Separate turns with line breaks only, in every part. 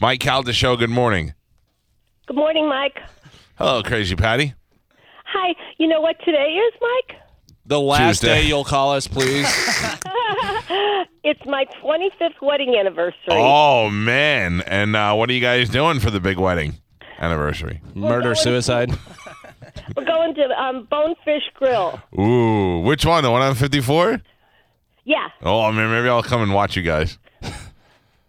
Mike Caldeshow, good morning.
Good morning, Mike.
Hello, Crazy Patty.
Hi. You know what today is, Mike?
The last
Tuesday.
day you'll call us, please.
It's my 25th wedding anniversary.
Oh, man. And uh, what are you guys doing for the big wedding anniversary?
Murder, suicide.
We're going to um, Bonefish Grill.
Ooh, which one? The one on 54?
Yeah.
Oh, I mean, maybe I'll come and watch you guys.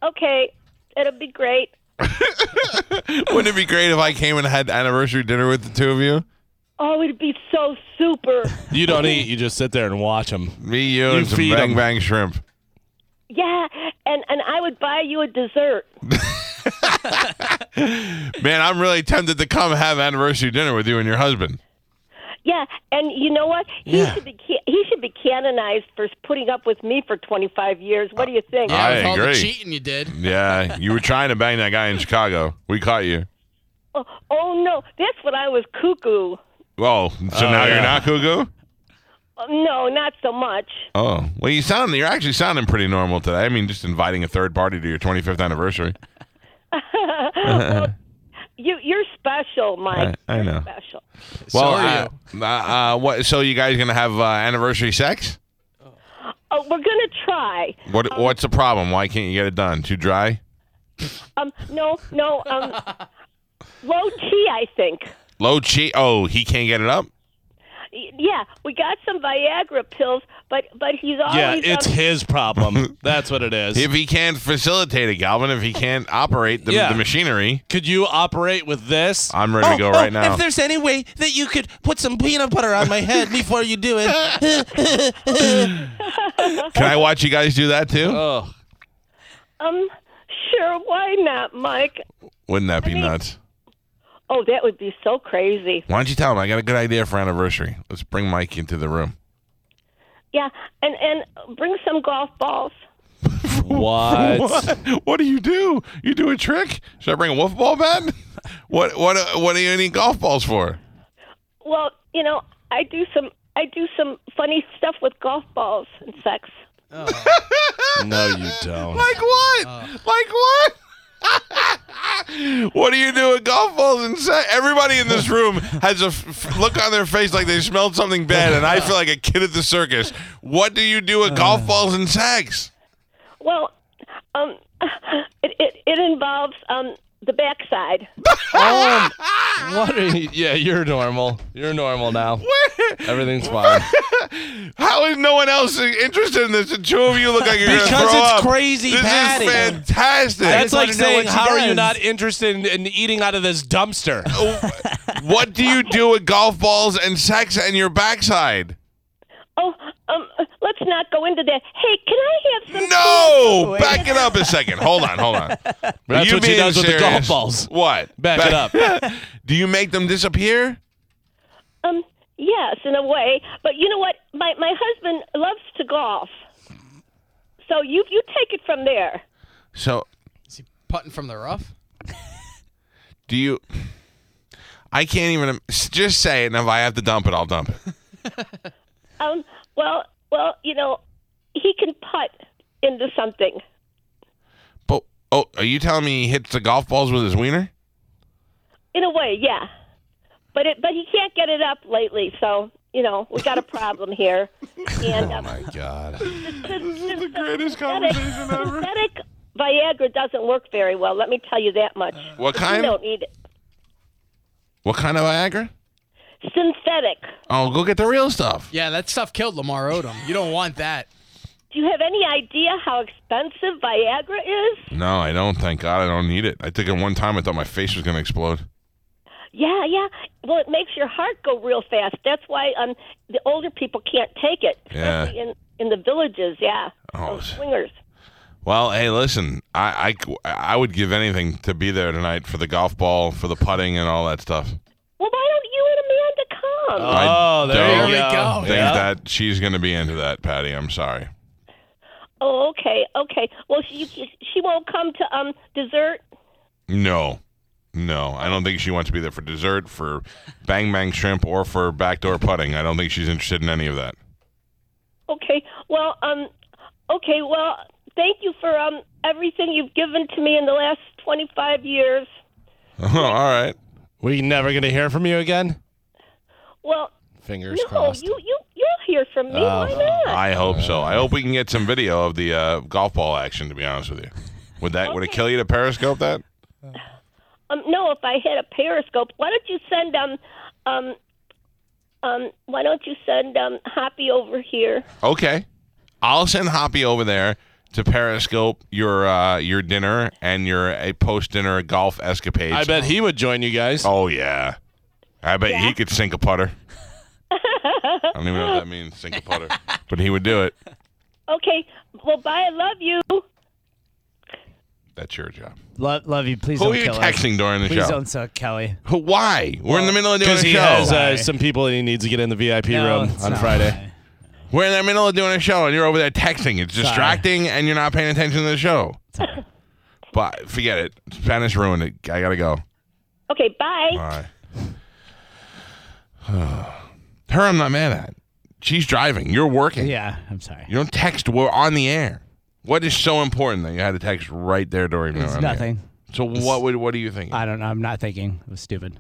Okay. It'll be great.
Wouldn't it be great if I came and had anniversary dinner with the two of you?
Oh, it'd be so super.
You don't eat. You just sit there and watch them.
Me, you, and some
feed
bang
'em.
bang shrimp.
yeah. And and I would buy you a dessert.
Man, I'm really tempted to come have anniversary dinner with you and your husband.
Yeah. And you know what? He
Yeah.
should be ca- he should be canonized for putting up with me for 25 years. What do you think?
I
with all the
agree.
cheating you did.
Yeah, you were trying to bang that guy in Chicago. We caught you.
oh, oh no. That's when I was cuckoo.
Well, so now you're
yeah.
not cuckoo?
Oh, no, not so much.
Oh, well, you sound, you're actually sounding pretty normal today. I mean, just inviting a third party to your 25th anniversary.
You you're special, Mike.
I- I
You're
know.
Special.
well,
are
uh, Uh, uh, what, so you guys going to have uh, anniversary sex?
Oh, we're gonna try.
What, what's the problem? Why can't you get it done? Too dry?
Um, no, no. Um, low T, I think.
Low cheat? Oh, he can't get it up?
Y- Yeah, we got some Viagra pills, but but he's always
Yeah, it's
on,
his problem. That's what it is.
If he can't facilitate it, Galvin, if he can't operate the,
Yeah.
the machinery,
Could you operate with this? Oh,
I'm ready to go right now.
there's any way that you could put some peanut butter on my head before you do it.
Can I watch you guys do that too?
oh,
um. Sure, why not, Mike?
Wouldn't that be
mean-
nuts?
Oh, that would be so crazy.
Why don't you tell him I got a good idea for anniversary? Let's bring Mike into the room.
Yeah, and and bring some golf balls.
what?
What do you do? You do a trick? Should I bring a wolf ball bat? What what uh, what do you need golf balls for?
Well, you know, I do some I do some funny stuff with golf balls and sex.
No, you don't.
Like what?
Uh.
like what? what do you do with golf balls and sex? Everybody in this room has a f- f- look on their face like they smelled something bad, and I feel like a kid at the circus. What do you do with
Uh.
golf balls and sex?
Well, um, it it, it involves um the backside.
Um, what are you? Yeah, you're normal. You're normal now. Everything's fine.
How is no one else interested in this? The two of you look like you're gonna
Because
throw
it's
up.
crazy
This
Patty.
is fantastic.
That's like
wanna know
saying,
what she
how are you
does."
not interested in, in eating out of this dumpster?
what do you do with golf balls and sex and your backside?
Oh, um, let's not go into that. Hey, can I have some?
No, back it up a second. Hold on, hold on. Are
That's
you
what she
being
does with the
serious?
golf balls.
What?
Back it up.
do you make them disappear?
Um, yes, in a way, but you know what? My my husband loves to golf, so you you take it from there.
So,
Is he putting from the rough?
do you? I can't even im- s- just say it, and if I have to dump it, I'll dump it.
Um, well, well, you know, he can putt into something.
But oh, are you telling me he hits the golf balls with his wiener?
In a way, yeah, but it but he can't get it up lately, so. You know, we got a problem here. And um,
Oh My God.
this is the
greatest conversation ever.
Synthetic Viagra doesn't work very well. Let me tell you that much.
What
You
kind?
don't need it.
What kind of Viagra?
synthetic.
Oh, go get the real stuff.
Yeah, that stuff killed Lamar Odom. You don't want that.
Do you have any idea how expensive Viagra is?
No, I don't. Thank God, I don't need it. I took it one time. I thought my face was gonna explode.
Yeah, yeah. Well, it makes your heart go real fast. That's why um the older people can't take it,
Yeah.
especially in in the villages. Yeah,
Oh,
Those
s-
swingers.
Well, hey, listen, I, I, I would give anything to be there tonight for the golf ball, for the putting, and all that stuff.
Well, why don't you and Amanda
Uh.
come?
Oh, there
don't
you go.
There we
Think
Yeah.
that she's going to be into that, Patty. I'm sorry.
oh, okay, okay. Well, she she won't come to um dessert.
No, no, I don't think she wants to be there for dessert, for bang bang shrimp, or for backdoor putting. I don't think she's interested in any of that.
Okay. Well, um, okay. Well, thank you for um, everything you've given to me in the last 25 years.
Oh, all right.
We never gonna hear from you again.
Well,
Fingers
no,
crossed.
you, you, you'll hear from me. Why not?
I hope so. I hope we can get some video of the uh, golf ball action. To be honest with you, would that would it kill you to periscope that?
Um, no, if I had a Periscope, why don't you send um, um, um, why don't you send um, Hoppy over here?
Okay, I'll send Hoppy over there to periscope your uh, your dinner and your a post dinner golf escapades.
I bet he would join you guys.
Oh yeah, I bet he could sink a putter. I don't even know what that means, sink a putter, but he would do it.
Okay. Well, bye. I love you.
That's your job.
Lo- love you. Please
Who
don't
are you
kill us.
texting during the
Please
show?
don't suck, Kelly.
Who, why? We're in the middle of doing a
Because
show.
he has uh,
Sorry.
some people that he needs to get in the VIP
No,
room
it's
on
not.
Friday.
We're in the middle of doing a show and you're over there texting. It's distracting and you're not paying attention to the show. But forget it. Spanish ruined it. I gotta go.
Okay. Bye.
Bye. Her, I'm not mad at. She's driving. You're working.
Yeah, I'm sorry.
You don't text. We're on the air. What is so important that you had to text right there during the
It's
on the air?
nothing.
So what would what do you think?
I don't know. I'm not thinking. It was stupid.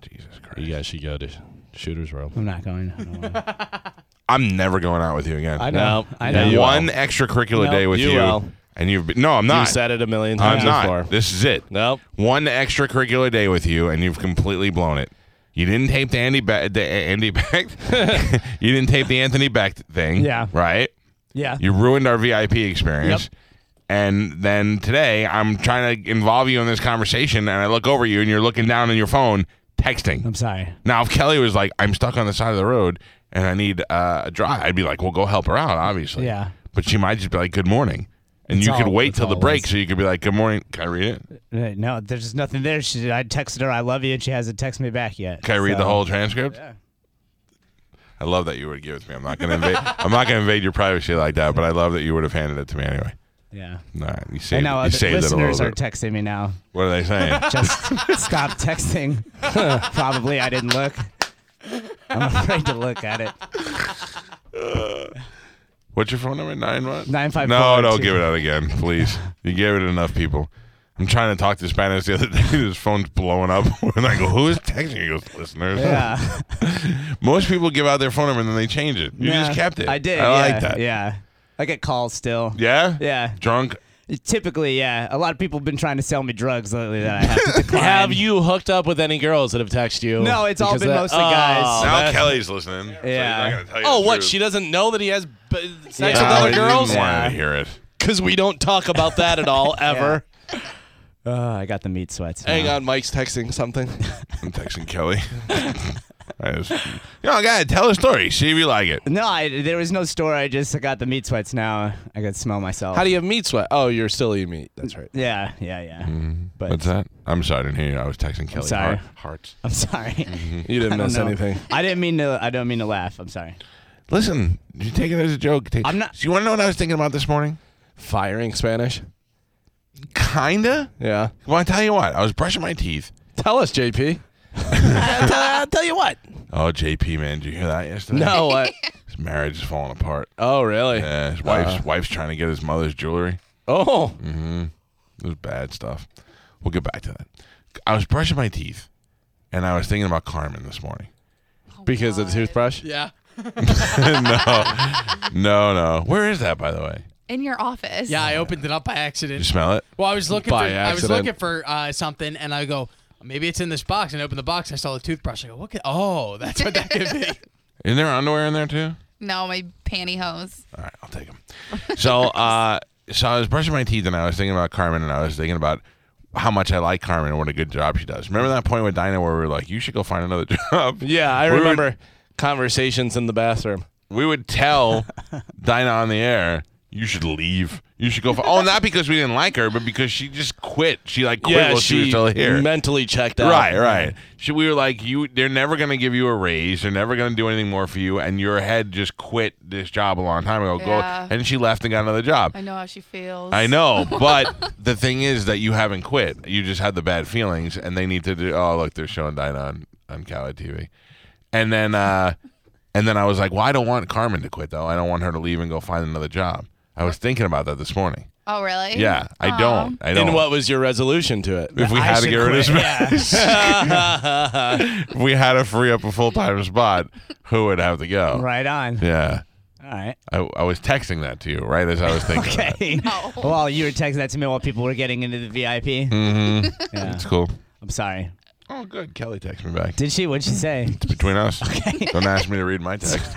Jesus Christ.
You guys should go to Shooter's Row.
I'm not going. I don't wanna-
I'm never going out with you again.
I know.
No,
I
yeah,
know.
you
One extracurricular
No,
day with
you
you,
will.
and you've been, no, I'm
You
not.
said it a million times
I'm not.
before.
This is it.
Nope.
one extracurricular day with you, and you've completely blown it. You didn't tape the Andy Beck. The uh, Andy Beck. you didn't tape the Anthony Beck thing.
Yeah.
Right.
yeah.
You ruined our VIP experience. And then today, I'm trying to involve you in this conversation, and I look over you, and you're looking down on your phone, texting.
I'm sorry.
Now, if Kelly was like, "I'm stuck on the side of the road, and I need uh, a drive," I'd be like, "Well, go help her out, obviously."
Yeah.
But she might just be like, "Good morning," and
That's
you could
all-
wait
that's
till the
all it
break,
is.
so you could be like, "Good morning." Can I read it?
Uh, No, there's just nothing there. She, I texted her, "I love you," and she hasn't texted me back yet.
Can I read
So-
the whole transcript?
Yeah.
I love that you would give it to me. I'm not gonna invade. I'm not gonna invade your privacy like that. But I love that you would have handed it to me anyway.
Yeah.
All right, you saved,
And now
you
other
saved it a
listeners
little
are
bit.
texting me now.
what are they saying?
Just stop texting. Probably I didn't look. I'm afraid to look at it.
What's your phone number? Nine what?
954
No, no,
two-
give it out again, please. You gave it to enough people. I'm trying to talk to Spanish the other day. His phone's blowing up, and I go, "Who is texting?" He goes, "Listeners."
Yeah.
Most people give out their phone number and then they change it. You just
Nah,
kept it.
I did.
I
yeah,
like that.
Yeah. I get calls still.
Yeah.
Yeah.
Drunk.
Typically, yeah. A lot of people have been trying to sell me drugs lately that I have to decline.
Have you hooked up with any girls that have texted you?
No, it's all
Because
been
that-
mostly guys.
Oh,
now
that's-
Kelly's listening. so he's
Yeah.
not gonna tell you
Oh,
the
what?
truth.
She doesn't know that he has b- sex
No,
Yeah.
with
he
other
didn't
girls?
want her
Yeah.
to hear it.
Because we don't talk about that at all, ever.
Oh, I got the meat sweats.
Hang
now.
on, Mike's texting something.
I'm texting Kelly. I just, Yo, guy, tell a story. See if you like it.
No, I, there was no store. I just got the meat sweats now. I could smell myself.
How do you have meat sweat? Oh, you're still eating meat. That's right.
yeah, yeah, yeah.
Mm-hmm.
But
What's that? I'm sorry, I didn't hear you. I was texting Kelly.
sorry.
Heart- hearts.
I'm sorry.
You Mm-hmm. didn't miss
No.
anything.
I didn't mean to. I don't mean to laugh. I'm sorry.
Listen, you take it as a joke. Take,
I'm not-
So you want to know what I was thinking about this morning?
Firing Spanish.
Kinda.
Yeah.
Well, I tell you what. I was brushing my teeth.
Tell us, JP. I'll, tell, I'll tell you what.
Oh, JP, man, did you hear that yesterday?
No. Uh,
His marriage is falling apart.
oh, really?
Yeah, his wife's
Uh.
Mm. wife's trying to get his mother's jewelry.
Oh.
It was bad stuff. We'll get back to that. I was brushing my teeth, and I was thinking about Carmen this morning.
Because of the toothbrush?
Yeah.
No, no. Where is that, by the way?
in your office.
Yeah, I opened it up by
You
accident.
smell it?
Well, I was looking
By
for I
accident.
was looking for uh, something, and I go, maybe it's in this box. And I opened the box, and I saw the toothbrush. I go, what? Could, oh, that's what that could be.
Isn't there underwear in there too?
No, my pantyhose.
All right, I'll take them. So, uh, so I was brushing my teeth and I was thinking about Carmen and I was thinking about how much I like Carmen and what a good job she does. Remember that point with Dinah where we were like, you should go find another job?
Yeah, I
We would-
remember conversations in the bathroom.
We would tell Dinah on the air, you should leave. You should go. For- oh, not because we didn't like her, but because she just quit. She like quit
yeah,
while she, was
she
still here.
mentally checked out.
Right, right. So we were like, you, they're never going to give you a raise. They're never going to do anything more for you. And your head just quit this job a long time ago.
Yeah.
Go, and she left and got another job.
I know how she feels.
I know, but the thing is that you haven't quit. You just had the bad feelings, and they need to do. Oh, look, they're showing Dinah on on Cali TV, and then uh, and then I was like, well, I don't want Carmen to quit though. I don't want her to leave and go find another job. I was thinking about that this morning.
Oh, really?
Yeah,
uh,
I don't. I don't.
And what was your resolution to it?
if we had to
should
get rid of
quit,
this, if we had to free up a full time spot, who would have to go?
Right on.
Yeah.
All right.
I, I was texting that to you, right? As I was thinking. That.
Okay.
No.
Well, you were texting that to me while people were getting into the VIP. Yeah.
It's cool.
I'm sorry.
Oh, good. Kelly texted me back.
Did she? What'd she say?
It's between us. Don't ask me to read my text.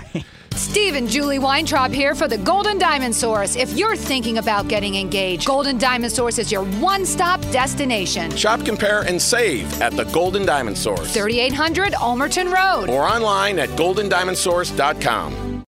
Steve and Julie Weintraub here for the Golden Diamond Source. If you're thinking about getting engaged, Golden Diamond Source is your one stop destination.
Shop, compare, and save at the Golden Diamond Source
3800 Almerton Road.
or online at goldendiamondsource.com.